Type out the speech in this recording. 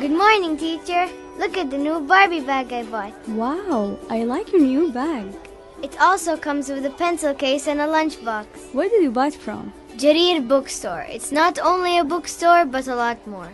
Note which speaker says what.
Speaker 1: Good morning, teacher. Look at the new Barbie bag I bought.
Speaker 2: Wow, I like your new bag.
Speaker 1: It also comes with a pencil case and a lunchbox.
Speaker 2: Where did you buy it from?
Speaker 1: Jarir Bookstore. It's not only a bookstore, but a lot more.